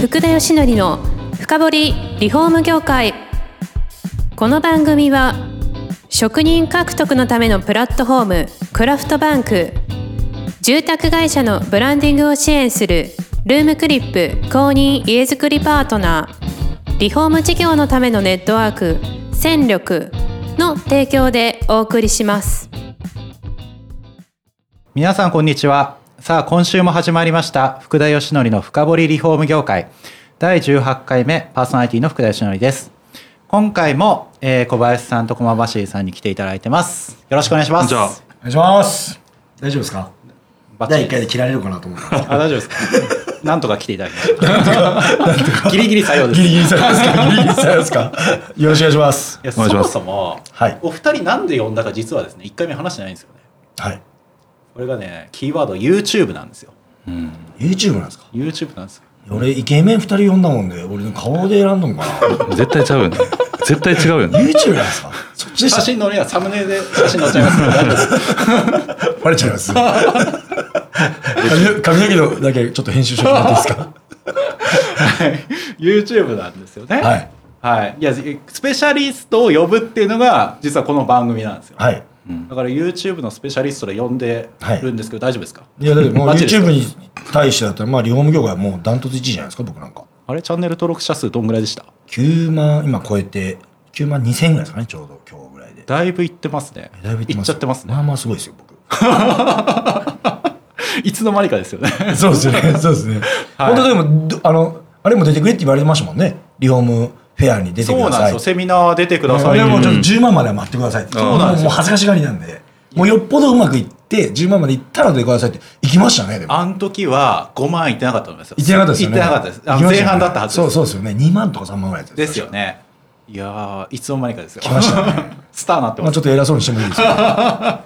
福田義則の深掘りリフォーム業界この番組は職人獲得のためのプラットフォームクラフトバンク住宅会社のブランディングを支援するルームクリップ公認家づくりパートナーリフォーム事業のためのネットワーク戦力の提供でお送りします皆さんこんにちはさあ今週も始まりました福田義則の深掘りリフォーム業界第18回目パーソナリティの福田義則です今回も、えー小林さんと駒橋さんに来ていただいてますよろしくお願いしますじゃあお願いします。大丈夫ですかバッチ第リ1回で切られるかなと思った。あ大丈夫ですか なんとか来ていただきましたギリギリ採用ですい ギリされです かギリギリされですかよろしくお願いします。やお願いしそまもすそも、はいお二人なんで呼んだか実はですね1回目話してないんですよねはい。これがねキーワード YouTube なんですよ YouTube なんですか YouTube なんですよ俺、イケメン2人呼んだもんで、俺の顔で選んだのかな絶対ちゃうよね。絶対違うよね。 ?YouTube なんですかそっちで写した。真のねサムネで写真載っちゃいますから大丈夫です バレちゃい ます。髪の髪の毛のだけちょっと編集してもらっていいですか YouTube なんですよね。はい。はい。いや、スペシャリストを呼ぶっていうのが、実はこの番組なんですよ。はい。だから YouTube のスペシャリストで呼んでるんですけど、大丈夫ですかいや、だってもうマジですか YouTube に対してだったら、まあ、リフォーム業界はもうダントツ1位じゃないですか、僕なんか。あれチャンネル登録者数どんぐらいでした9万、今超えて、9万2000ぐらいですかね、ちょうど今日ぐらいで。だいぶいってますね。だいぶいってますっちゃってますまあね。まあすごいですよ、僕。いつの間にかですよね。 そうですね。そうですね。はい本当でもど、あの、あれも出てくれって言われてましたもんね。リフォームフェアに出てそくうだなんでさすい。よ。セミナー出てください。でもうちょっと10万までは待ってくださいって。そうなんですよもう恥ずかしがりなんで。もうよっぽどうまくいって、10万までいったら出てくださいって。行きましたね、でも。あの時は5万いってなかったと思いますよ。行ってなかったですよね。行ってなかったです。あ行きまし前ね半だったはずです。そうそうですよね。2万とか3万ぐらいですよ。ね。いやー、いつの間にかですよ。来ましたね。 スターなってままあすちょっと偉そうにしてもいいですか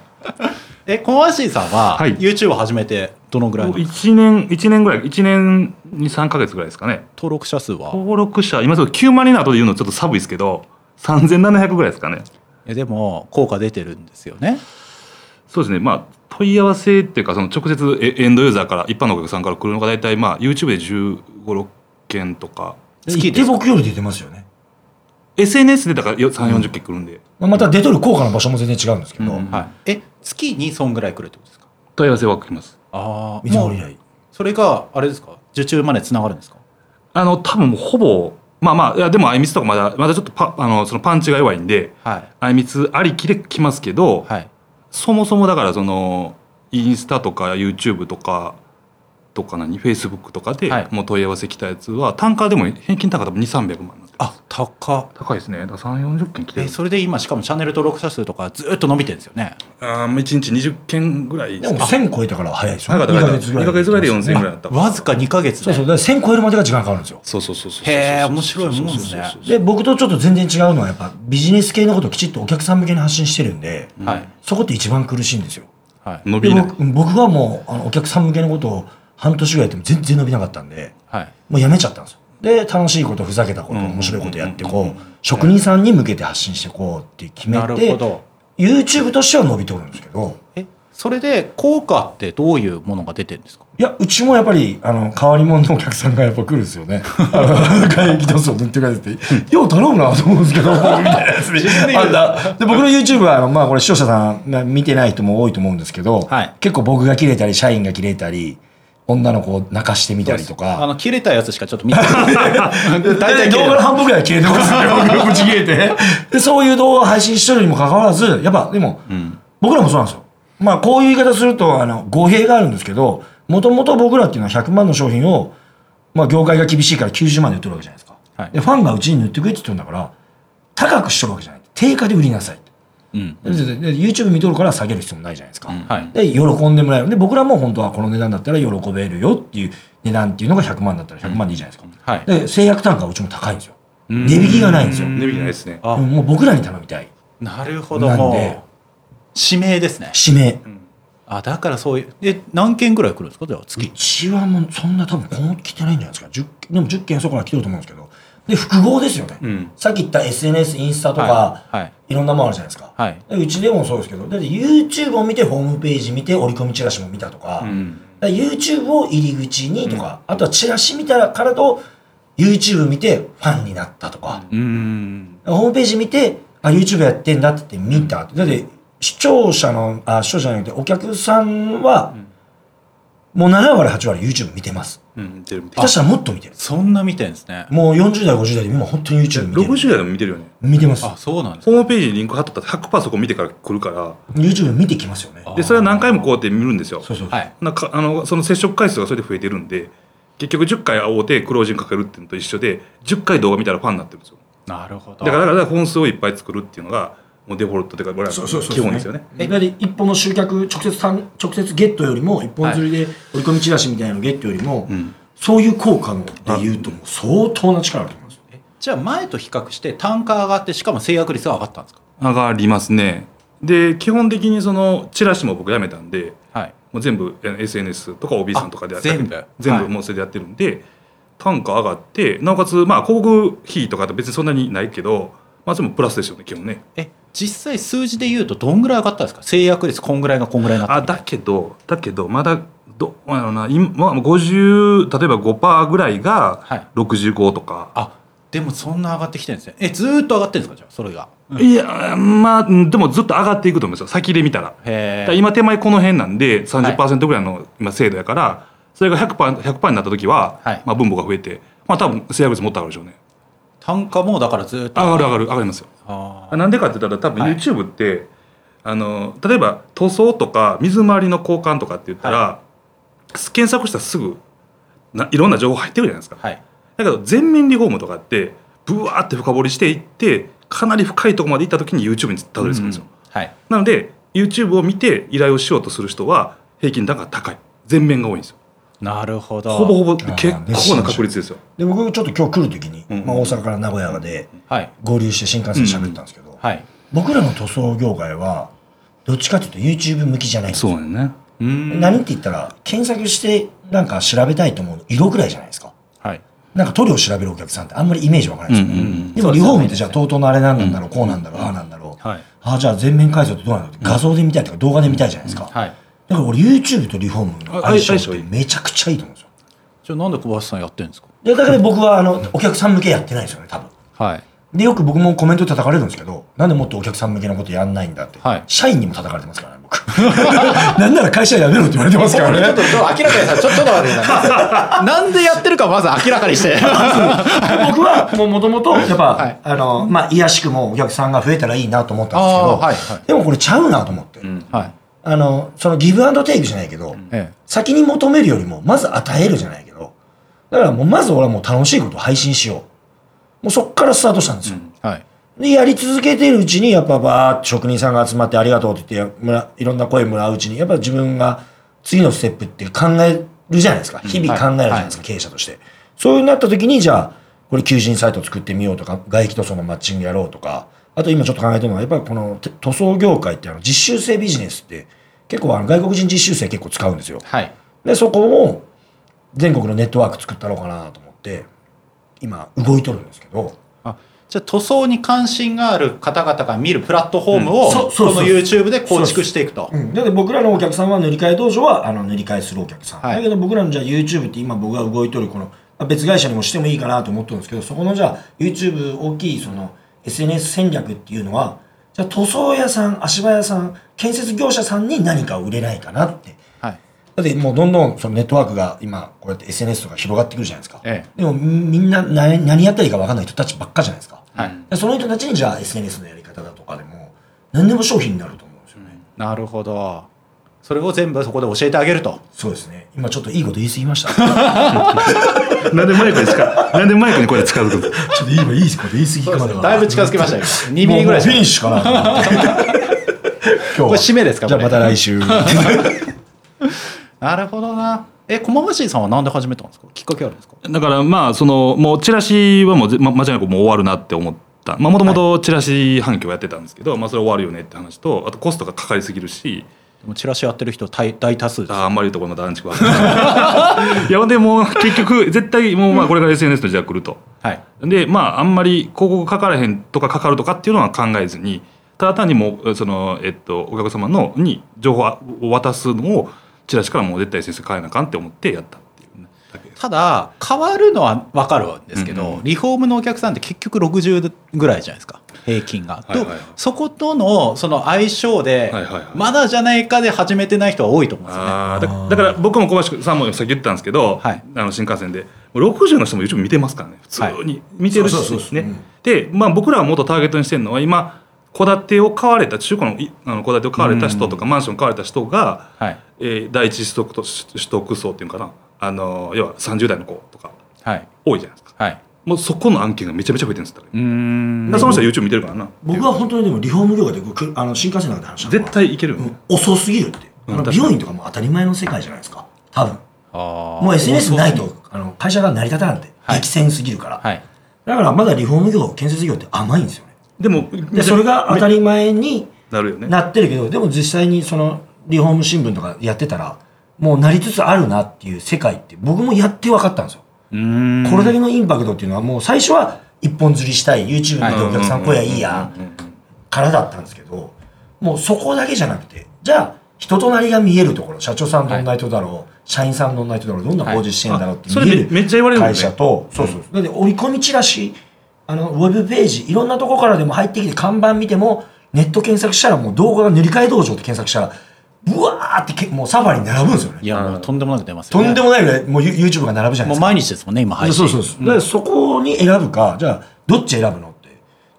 え、コマシーさんは、はい YouTube を始めてどのぐらいの1年、一年ぐらい、1年に3ヶ月ぐらいですかね。登録者数は登録者、今ちょっと9万人の後で言うのちょっと寒いですけど、3700ぐらいですかね。いやでも効果出てるんですよね。そうですね。まあ、問い合わせっていうか、その直接エエンドユーザーから、一般のお客さんから来るのが大体、まあ、YouTube で15、6件とか、好き行っでてすか僕より出てますよね。 SNS でだからよ3、40件来るんで、まあまた出とる効果の場所も全然違うんですけど。うんはい。え月にそんぐらい来るってことですか。問い合わせは来ます。ああ。見積もりも以う来。それがあれですか。受注までつながるんですか。あの、多分もうほぼ、まあまあ、いやでも、あいみつとかまだ、まだちょっとパ、あの、そのパンチが弱いんで、はいあいみつありきで来ますけど、はい。そもそもだからそのインスタとか YouTube とかとか何 Facebook とかではいもう問い合わせ来たやつは単価でも平均単価多分2300万なんであ高っ。高いですねだから340件来てえるそれで今しかもチャンネル登録者数とかずっと伸びてるんですよね。ああ1日20件ぐらいでですもか1000超えたから早いでしょ。早かった早かった二2ヶ月ぐらいで4000ぐらいいだったわずか2ヶ月そで。うそう、だから1000超えるまでが時間かかるんですよ。そうそうそうそうへえ面白いもんですねで、僕とちょっと全然違うのは、やっぱビジネス系のことをきちっとお客さん向けに発信してるんで、はいそこって一番苦しいんですよ。はい伸でびない僕僕はもうあのお客さん向けのことを半年ぐらいやっても全然伸びなかったんで、はい。もうやめちゃったんですよ。で、楽しいこと、ふざけたこと、うん面白いことやってこう、職人さんに向けて発信してこうって決めなるほて、ど。 YouTube としては伸びとるんですけど、えそれで効果ってどういうものが出てるんですか。いや、うちもやっぱり、あの、変わり者のお客さんがやっぱ来るんですよね。あの、会議出すを塗ってくれ てて、よう頼むなと思うんですけど、僕みたいなやつで。あんなで、僕の YouTube は、あのまあこれ視聴者さんが見てない人も多いと思うんですけど、はい結構僕が切れたり、社員が切れたり、女の子を泣かしてみたりとあか、の切れたやつしかちょっと見てない。 大体切動れ画のた半分ぐらい切れて ますよ、僕がブチ切れて。で、そういう動画を配信してるにもかかわらず、やっぱ、でも、僕らもそうなんですよ。まあ、こういう言い方すると、あの、語弊があるんですけど、もともと僕らっていうのは100万の商品を、まあ、業界が厳しいから90万で売ってるわけじゃないですか。はいで、ファンがうちに塗ってくれって言ってるんだから、高くしとるわけじゃない。定価で売りなさいと。うん。でで YouTube 見とるから下げる必要もないじゃないですか。はい。で、喜んでもらえる。で、僕らも本当はこの値段だったら喜べるよっていう値段っていうのが100万だったら100万でいいじゃないですか。はい。で、制約単価はうちも高いんですよ。値引きがないんですよ。伸びないですねあうんもう僕らに頼みたい。なるほどなんでもう指名ですね指名。あだからそういうで何件ぐらい来るんですかではう月ちはもうそんな多分この来てないんじゃないですか10件でも10件そこから来てると思うんですけどで複合ですよね、んさっき言った SNS インスタとか、はいいはいろんなものあるじゃないですか、はいでうちでもそうですけどだって YouTube を見てホームページ見て折り込みチラシも見たとか,、んだから YouTube を入り口にとか、あとはチラシ見たからと YouTube 見てファンになったとか、うんホームページ見て、あ、YouTube やってんだって見た。だって、視聴者の、あ、視聴者じゃなくて、お客さんは、もう7割、8割 YouTube 見てます。うん見てる見て下る手したらもっと見てる。そんな見てんですね。もう40代、50代で今本当に YouTube 見てる。 60代でも見てるよね見てます。あ、そうなんですホームページにリンク貼っとったら100%そこ見てから来るか YouTube 見てきますよね。あらでそれは何回もこうやって見るんですよそうそう。ね。はい。なんかあのその接触回数がそれで増えてるんで結局10回会おうてクロージングかけるっていうのと一緒で10回動画見たらファンになってるんですよなるほど。だからだから本数をいっぱい作るっていうのがもうデフォルトというか我々そうそうのそう基本ですよねえだって一本の集客直接単直接ゲットよりも一本釣りで折り込みチラシみたいなのゲットよりも、んそういう効果ので言うともう相当な力あると思いますよじゃあ前と比較して単価上がってしかも制約率が上がったんですか上がりますねで基本的にそのチラシも僕やめたんではい。もう全部え SNS とか OB さんとかでやったあ全部全は部いもうそれでやってるんで、単価上がってなおかつまあ広告費とかって別にそんなにないけどまあそれもプラスですよね基本ねえ、実際数字で言うとどんぐらい上がったんですか制約率こんぐらいがこんぐらいになったあだけどだけどまだどうやろうな今、まあ、50例えば5%ぐらはいいが65とか、あでもそんな上がってきてるんですねえずーっと上がってるんですかじゃあそれがいやまあうんでもずっと上がっていくと思うんですよ先で見たらだへからえ今手前この辺なんでは30%ぐらいの今精度やから、それが 100%, 100%になった時は、はいまあ、分母が増えてまあ多分制約率もっと上がるでしょうね単価もだからずーっと上がる上がる上がりますよあーなんでかって言ったら多分はい YouTube って、あの例えば塗装とか水回りの交換とかって言ったら、検索したらすぐないろんな情報入ってくるじゃないですか、はいだけど全面リフォームとかってブワーって深掘りしていってかなり深いところまで行った時に YouTube にたどり着くんですよ、はいなので YouTube を見て依頼をしようとする人は平均単価が高い全面が多いんですよなるほどほぼほぼー結構な確率ですよで僕ちょっと今日来る時に、うんまあ、大阪から名古屋まではい合流して新幹線で喋ったんですけど、はい僕らの塗装業界はどっちかというと YouTube 向きじゃないんですようねうーん何って言ったら検索してなんか調べたいと思う色くらいじゃないですかはいなんか塗料を調べるお客さんってあんまりイメージわからないですよね、うんうんうんでもリフォームってじゃあ TOTO のあれなんだろう、こうなんだろう、ああなんだろう、はいああじゃあ全面改造ってどうなんだろうって画像で見たいとか動画で見たいじゃないですか、はいだから俺 YouTube とリフォームの相性あっ相性いていめちゃくちゃいいと思うんですよじゃあなんで小林さんやってるんですかでだから僕はあのお客さん向けやってないですよね多分はいでよく僕もコメント叩かれるんですけどなんでもっとお客さん向けのことやんないんだって、はい社員にも叩かれてますからね僕なんなら会社辞めろって言われてますからねちょっと明らかにさちょっと待ってくださいなんでやってるかまず明らかに して僕はもう元々やっぱ、はいあのまあ癒やしくもお客さんが増えたらいいなと思ったんですけど、あーはいはいでもこれちゃうなと思って、んはいあのそのギブアンドテイクじゃないけど、え先に求めるよりもまず与えるじゃないけどだからもうまず俺はもう楽しいことを配信しようもうそっからスタートしたんですよ、えはいでやり続けてるうちにやっぱバーって職人さんが集まってありがとうって言ってもらいろんな声もらううちにやっぱ自分が次のステップって考えるじゃないですか日々考えるじゃないですか、経営者としてそういうなった時にじゃあこれ求人サイト作ってみようとか外気塗装のマッチングやろうとかあと今ちょっと考えてるのはやっぱりこのて塗装業界ってあの実習生ビジネスって結構あの外国人実習生結構使うんですよはいでそこを全国のネットワーク作ったろうかなと思って今動いとるんですけどあじゃあ塗装に関心がある方々が見るプラットフォームうを、んそそうそうそうの YouTube で構築していくと。うん、だって僕らのお客さんは塗り替え道場はあの塗り替えするお客さん、はいだけど僕らのじゃあ YouTube って今僕が動いとるこのまあ別会社にもしてもいいかなと思ってるんですけどそこのじゃあ YouTube 大きいその SNS 戦略っていうのはじゃあ塗装屋さん足場屋さん建設業者さんに何かを売れないかなってはい。だってもうどんどんそのネットワークが今こうやって SNS とか広がってくるじゃないですか、えでもみんな何何やったらいいか分かんない人たちばっかじゃないですかはい。でその人たちにじゃあ SNS のやり方だとかでも何でも商品になると思うんですよね、なるほど。それを全部そこで教えてあげると。そうですね。今ちょっといいこと言い過ぎました。 ちなんでマイクに近なんでマイクにこうやって近づくんですかょっと今いいこと言い過ぎかまでだいぶ近づきましたよ。2ミリぐらいフィニッでシュかなと思って。今日はこれ締めですかじゃあこれまた来週。 なるほどな。え、駒橋さんはなんで始めたんですかきっかけあるんですかだからまあそのもうチラシはもうぜ、ま、間違いなくもう終わるなって思ったもともとチラシ反響やってたんですけど、まあそれ終わるよねって話とあとコストがかかりすぎるしでもチラシやってる人大大多数です。ああんまり言うとこの団地区はいやほんでもう結局絶対もうまあこれから SNS の時代来るとはい。でまああんまり広告かからへんとかかかるとかっていうのは考えずにただ単にもうその、えっと、お客様のに情報を渡すのをチラシからもう絶対先生変えなあかんって思ってやったっていうねだけですただ変わるのは分かるんですけど、うんうんリフォームのお客さんって結局60ぐらいじゃないですか平均が。はいはいはいとそことのその相性で、はいはいはいまだじゃないかで始めてない人は多いと思うんですよね。あーだだから僕も小林さんもさっき言ったんですけど、はいあの新幹線でもう60の人も YouTube 見てますからね普通に見てるし、そうそうそうそうねうんで、まあ、僕らは元ターゲットにしてるのは今戸建てを買われた中古のいあの戸建てを買われた人とか、マンションを買われた人が、はいえー第一取得と取取得層っていうのかなあの要は30代の子とかはい多いじゃないですかはい、もうそこの案件がめちゃめちゃ増えてるんですだかうーんらその人は YouTube 見てるからな僕は本当にでもリフォーム業界で僕くあの新幹線の中で話したのは絶対いけるようねん、遅すぎるって、うんあの確かに美容院とかも当たり前の世界じゃないですか多分あーもう SNS ないとあの会社が成り立たないんではい激戦すぎるから、はいだからまだリフォーム業建設業って甘いんですよねでもでそれが当たり前になるよねなってるけどでも実際にそのリフォーム新聞とかやってたらもうなりつつあるなっていう世界って僕もやって分かったんですようーんこれだけのインパクトっていうのはもう最初は一本釣りしたい YouTube 見てお客さん声やいいやうんうんうんうんからだったんですけどもうそこだけじゃなくてじゃあ人となりが見えるところ社長さんどんな人だろう、社員さんどんな人だろうどんな工事してんだろうってはいあ見える、それめめっちゃ言われるもんね会社とそうそうそうで折り込みチラシあのウェブページいろんなとこからでも入ってきて看板見てもネット検索したらもう動画が塗り替え道場って検索したらブワーってけもうサファリに並ぶんですよいねやもうとんでもなく出ますよ、とね、んでもないぐらいもう You- YouTube が並ぶじゃなもういですか毎日ですもんね今配信そうそうそう。で、そこに選ぶか、じゃあ、どっち選ぶのって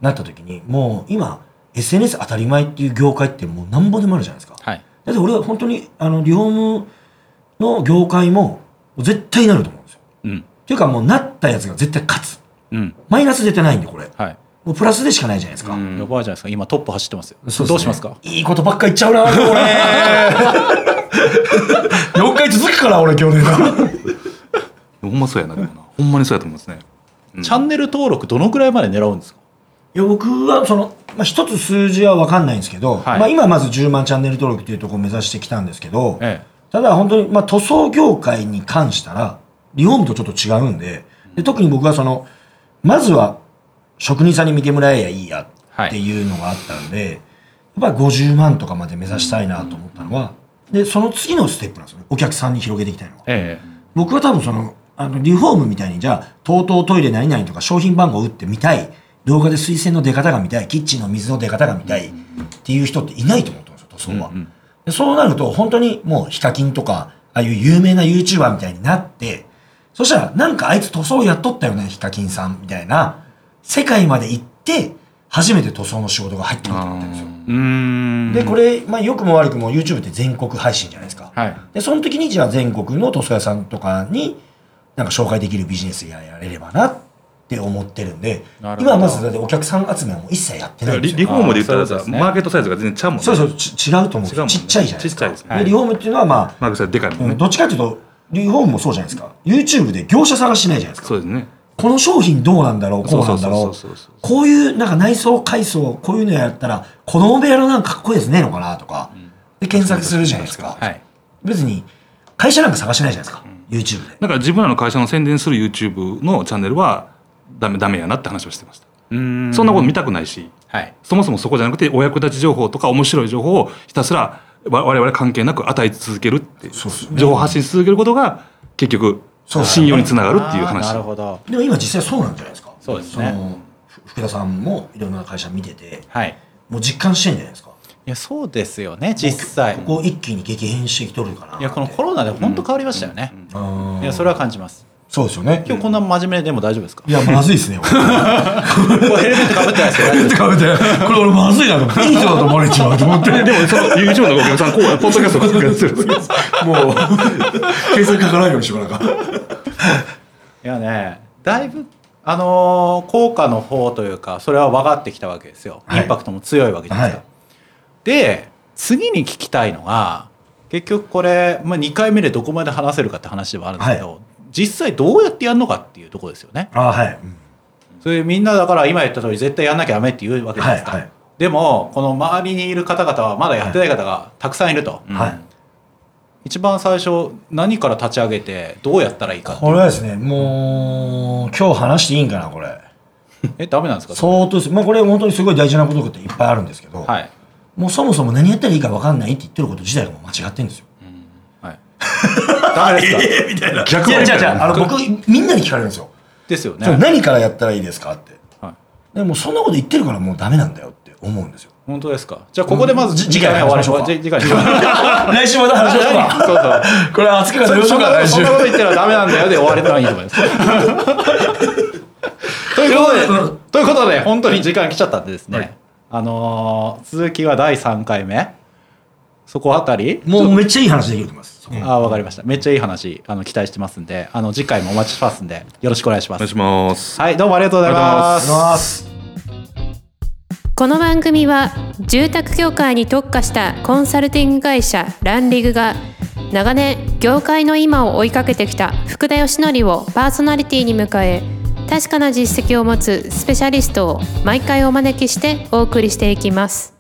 なった時に、もう今、SNS 当たり前っていう業界ってもうなんぼでもあるじゃないですか。はいだって俺は本当に、あの、リフォームの業界も、絶対なると思うんですよ。うんっていうかもうなったやつが絶対勝つ。うんマイナス絶対ないんで、これ。はいもうプラスでしかないじゃないですか。うんやばいじゃないですか今トップ走ってますよそどでねうしますかいいことばっか言っちゃうな、俺。4回続くから、俺、去年が。ほんまそうやなでもなほんまにそうやと思いますねチャンネル登録どのくらいまで狙うんですか いや僕はその、まあ、一つ数字は分かんないんですけど、はいまあ、今まず10万チャンネル登録というところを目指してきたんですけど、えただ本当に、まあ、塗装業界に関したらリフォームとちょっと違うんでで特に僕はそのまずは職人さんに見てもらえやいいやっていうのがあったんで、やっぱり50万とかまで目指したいなと思ったのは、でその次のステップなんですよねお客さんに広げていきたいのは。ええ僕は多分その、あの、リフォームみたいに、じゃあ、TOTO トイレ何々とか商品番号打ってみたい、動画で水洗の出方が見たい、キッチンの水の出方が見たいっていう人っていないと思ってますよ、塗装は。でそうなると、本当にもうヒカキンとか、ああいう有名な YouTuber みたいになって、そしたら、なんかあいつ塗装やっとったよね、ヒカキンさんみたいな、世界まで行って、初めて塗装の仕事が入ってくると思ってるんですよ。うーんで、これ、まあ、良くも悪くも YouTube って全国配信じゃないですか。はいで、その時にじゃあ全国の塗装屋さんとかに、なんか紹介できるビジネスややれればなって思ってるんで、なるほど今まずだってお客さん集めはもう一切やってなだからいんでリすリよ。フォームで言ったらあーそうさ、ですねマーケットサイズが全然ちゃうもんねそうそう、ち違うと思うんです違うもんよ。ねちっちゃいじゃないですか。ちっちゃいですねリフォームっていうのはまあ、マーケットサイズでかいもんうんね、どっちかっていうと、リフォームもそうじゃないですか。YouTube で業者探しないじゃないですか。そうですねこの商品どうなんだろう、こうなんだそろうそうそうそうそうそうう。こういうなんか内装改装、こういうのやったら、子供部屋のなんかかっこいいですねのかなとか、で検索するじゃないですか。はい別に、会社なんか探してないじゃないですか。YouTube で。だから自分らの会社の宣伝する YouTube のチャンネルはダメダメやなって話をしてました、うーんそんなこと見たくないしはいそもそもそこじゃなくてお役立ち情報とか面白い情報をひたすらわ我々関係なく与え続けるっていうそうですね情報発信し続けることが結局そうですね信用につながるっていう話あーなるほどでも今実際そうなんじゃないですか。そうですねのふ福田さんもいろんな会社見てて、はいもう実感してんじゃないですか。いやそうですよね実際ここ一気に激変してきとるかなっいて。やこのコロナで本当変わりましたよね、うんいやそれは感じますそうですよね。今日こんな真面目でも大丈夫ですか、いや、まずいです ね。これヘルメットかぶってないですけど大丈夫ですか食べて、これ俺まずいなと思って、いい人だと思われちまうと思 って。でもその YouTube のお客さんこうポッドキャストを作るするんです けどもう、計算かからないようにしてもらうか。いやねだいぶあのー効果の方というかそれは分かってきたわけですよ、はいインパクトも強いわけじゃないですか、はいで次に聞きたいのが結局これ、まあ、2回目でどこまで話せるかって話ではあるんですけど、実際どうやってやるのかっていうところですよねあはい。それみんなだから今言った通り絶対やんなきゃダメって言うわけじゃないですか、はいはいでもこの周りにいる方々はまだやってない方がたくさんいると、はい。一番最初何から立ち上げてどうやったらいいかってこれはですね、もう、今日話していいんかな、これ。えダメなんですか相当です。まあこれ本当にすごい大事なことっていっぱいあるんですけど、はいもうそもそも何やったらいいか分かんないって言ってること自体がもう間違ってるんですよ。はいダメですかえーみたいな。い逆張りやみじたゃいなじゃあの僕みんなに聞かれるんですよ。ですよそうね。何からやったらいいですかって。はいでもうそんなこと言ってるからもうダメなんだよって思うんですよ。本当ですか。じゃあここでまずじ次回終わり話しましょうかじゃあ次回にしましょう。来週また話しましょう何そうそう。か。これ熱くなそりましょうか来そ週んな。こと言ったらダメなんだよで終われたらいいと思 います。ということで、うんということで本当に時間来ちゃったんでですね。はいあのー続きは第三回目。そこあたり。もうめっちゃいい話できると思います。そこああわかりました。めっちゃいい話あの期待してますんで、あの次回もお待ちしてますんでよろしくお願いしまお願いす。します。はいどうもありがとうございあまりす。この番組は住宅業界に特化したコンサルティング会社ランリグが長年業界の今を追いかけてきた福田義則をパーソナリティに迎え確かな実績を持つスペシャリストを毎回お招きしてお送りしていきます。